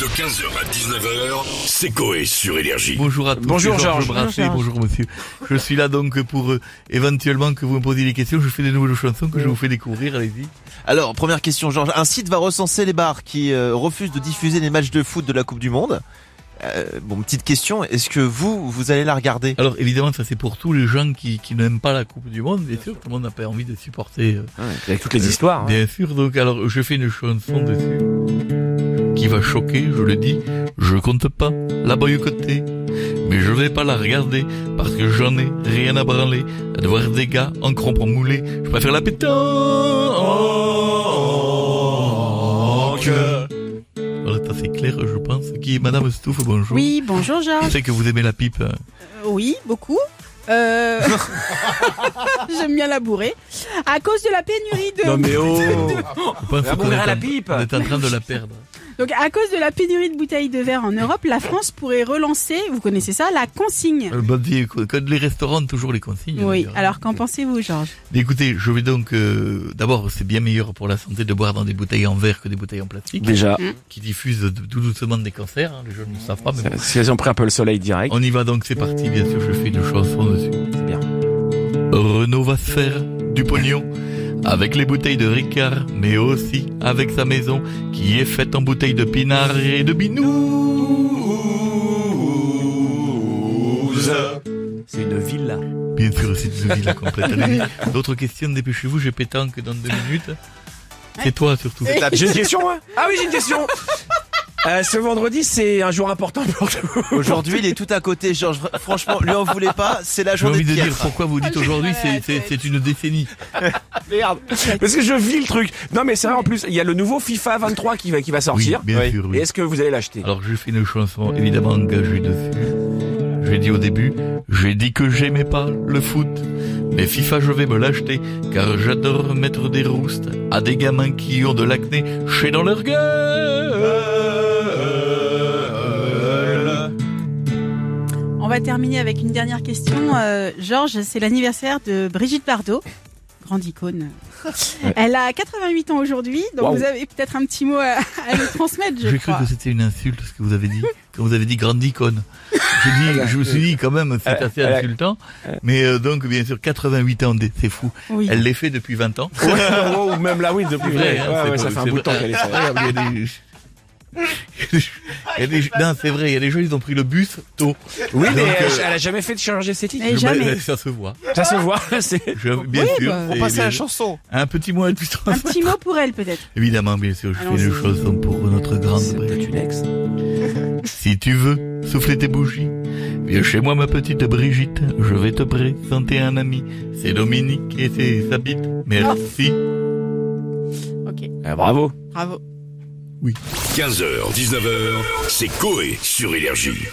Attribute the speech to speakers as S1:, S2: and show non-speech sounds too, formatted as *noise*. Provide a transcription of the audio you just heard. S1: De 15h à 19h, c'est Coé sur Énergie.
S2: Bonjour à tous.
S3: Bonjour,
S2: c'est
S3: Georges.
S2: Brassens.
S3: Bonjour,
S2: Bonjour, monsieur. Je suis là donc pour euh, éventuellement que vous me posiez des questions. Je fais des nouvelles chansons que je vous fais découvrir. Allez-y.
S4: Alors, première question, Georges. Un site va recenser les bars qui euh, refusent de diffuser les matchs de foot de la Coupe du Monde. Euh, bon, petite question, est-ce que vous, vous allez la regarder
S2: Alors évidemment, ça c'est pour tous les gens qui, qui n'aiment pas la Coupe du Monde. Bien sûr, tout le monde n'a pas envie de supporter. euh,
S3: Avec toutes les histoires.
S2: Bien sûr. Donc alors, je fais une chanson dessus qui va choquer. Je le dis. Je compte pas la boycotter, mais je vais pas la regarder parce que j'en ai rien à branler. À devoir des gars en crampons moulés, je préfère la pétanque. Voilà, c'est assez clair, je pense. Qui est Madame Stouff Bonjour.
S5: Oui, bonjour
S2: Je
S5: Georges.
S2: sais que vous aimez la pipe. hein.
S5: Euh, Oui, beaucoup. Euh, *laughs* J'aime bien labourer. À cause de la pénurie de.
S3: Non mais oh
S2: Je pense
S3: Ah bon,
S2: qu'on
S3: on verra
S2: est
S3: la
S2: en-
S3: pipe.
S2: On est en train de la perdre.
S5: Donc, à cause de la pénurie de bouteilles de verre en Europe, la France pourrait relancer, vous connaissez ça, la consigne.
S2: *laughs* Euh, bah, dis, quoi, Quand les restaurants, toujours les consignes.
S5: Oui,
S2: d'ailleurs.
S5: alors qu'en pensez-vous, Georges
S2: Écoutez, je vais donc... euh, D'abord, c'est bien meilleur pour la santé de boire dans des bouteilles en verre que des bouteilles en plastique,
S3: Déjà,
S2: qui diffusent d- tout doucement des cancers. hein, Les jeunes ne le savent pas, mais bon.
S3: si elles ont pris un peu le soleil direct.
S2: On y va donc, c'est parti, bien sûr, je fais une chanson dessus. C'est
S3: bien.
S2: Renaud va se faire du pognon avec les bouteilles de Ricard, mais aussi avec sa maison qui est faite en bouteilles de pinard et de binouze.
S3: C'est une ville là.
S2: Bien sûr, c'est une ville complète.
S3: *laughs*
S2: Allez-y. D'autres questions, dépêchez-vous, j'ai pétanque dans deux minutes. C'est toi surtout.
S4: La-
S3: J'ai une question moi Ah oui j'ai une question Euh, ce vendredi, c'est un jour important pour nous.
S4: Aujourd'hui, il est tout à côté, Georges. Vra- Franchement, lui en voulez pas, c'est la
S2: J'ai
S4: journée
S2: envie de
S4: de
S2: dire
S4: Pierre.
S2: pourquoi vous dites
S5: Ah, j'ai
S2: aujourd'hui,
S5: mal à
S2: c'est-
S5: la
S2: c'est
S5: tête.
S2: c'est une décennie.
S3: Merde. Parce que je vis le truc. Non, mais c'est vrai, en plus, il y a le nouveau FIFA 23 qui va, qui va
S2: Oui,
S3: sortir.
S2: bien
S4: Oui.
S2: sûr. oui.
S3: Et est-ce que vous allez l'acheter
S2: Alors j'ai fait une chanson évidemment engagée
S5: Euh,
S2: dessus. J'ai dit au début, j'ai dit que j'aimais pas le foot. Mais FIFA je vais me l'acheter car j'adore mettre des roustes à des gamins qui ont de l'acné chez dans leur gueule.
S5: On va terminer avec une dernière question. Euh, Georges, c'est l'anniversaire de Brigitte Bardot, grande icône. Elle a 88 ans aujourd'hui, donc
S3: Waouh.
S5: vous avez peut-être un petit mot à, à lui transmettre, je
S2: J'ai cru
S5: crois.
S2: que c'était une insulte ce que vous
S5: *laughs*
S2: avez dit quand vous avez dit grande icône. J'ai dit, je me suis dit quand même c'est
S3: Elle-
S5: Euh,
S2: assez
S3: elle-
S2: insultant. Mais euh, donc bien sûr 88 ans, c'est fou.
S5: Oui.
S2: Elle l'est fait depuis 20 ans.
S3: Ouais, ouais, ouais, ou même la oui, depuis.
S2: C'est vrai,
S3: Ouais,
S2: hein,
S3: ouais,
S2: Ah. c'est
S3: ouais,
S2: pas- Ah,
S3: ça fait un
S2: c'est
S3: bout de temps
S2: vrai.
S3: qu'elle est sur-
S2: Incroyable, il y
S5: *laughs*
S2: a des-
S5: Ah,
S2: il y a des- Non, c'est vrai, il y a des gens, ils ont pris le bus tôt.
S3: Oui, mais
S2: Donc,
S3: elle,
S2: euh,
S3: elle a jamais fait de chirurgie esthétique.
S5: Mais jamais.
S2: *laughs* Ça se voit.
S3: Ça se voit. *laughs* c'est-
S2: Je- bien
S5: Oui,
S2: sûr.
S5: bah.
S2: c'est-
S4: On passe à la
S2: bien-
S4: chanson.
S2: Un petit mot à plus
S5: Un petit mot pour elle, peut-être.
S2: Évidemment, bien sûr, je fais
S5: Allons-y.
S2: une chanson pour notre grande
S3: C'est
S2: Brigitte.
S3: peut-être une ex.
S2: Si tu veux souffler tes bougies, viens chez moi, ma petite Brigitte. Je vais te présenter un ami. C'est Dominique et c'est sa bite. Merci.
S5: Ok,
S3: Ah, bravo.
S5: bravo.
S1: 15h, 19h, c'est Coé sur Énergie.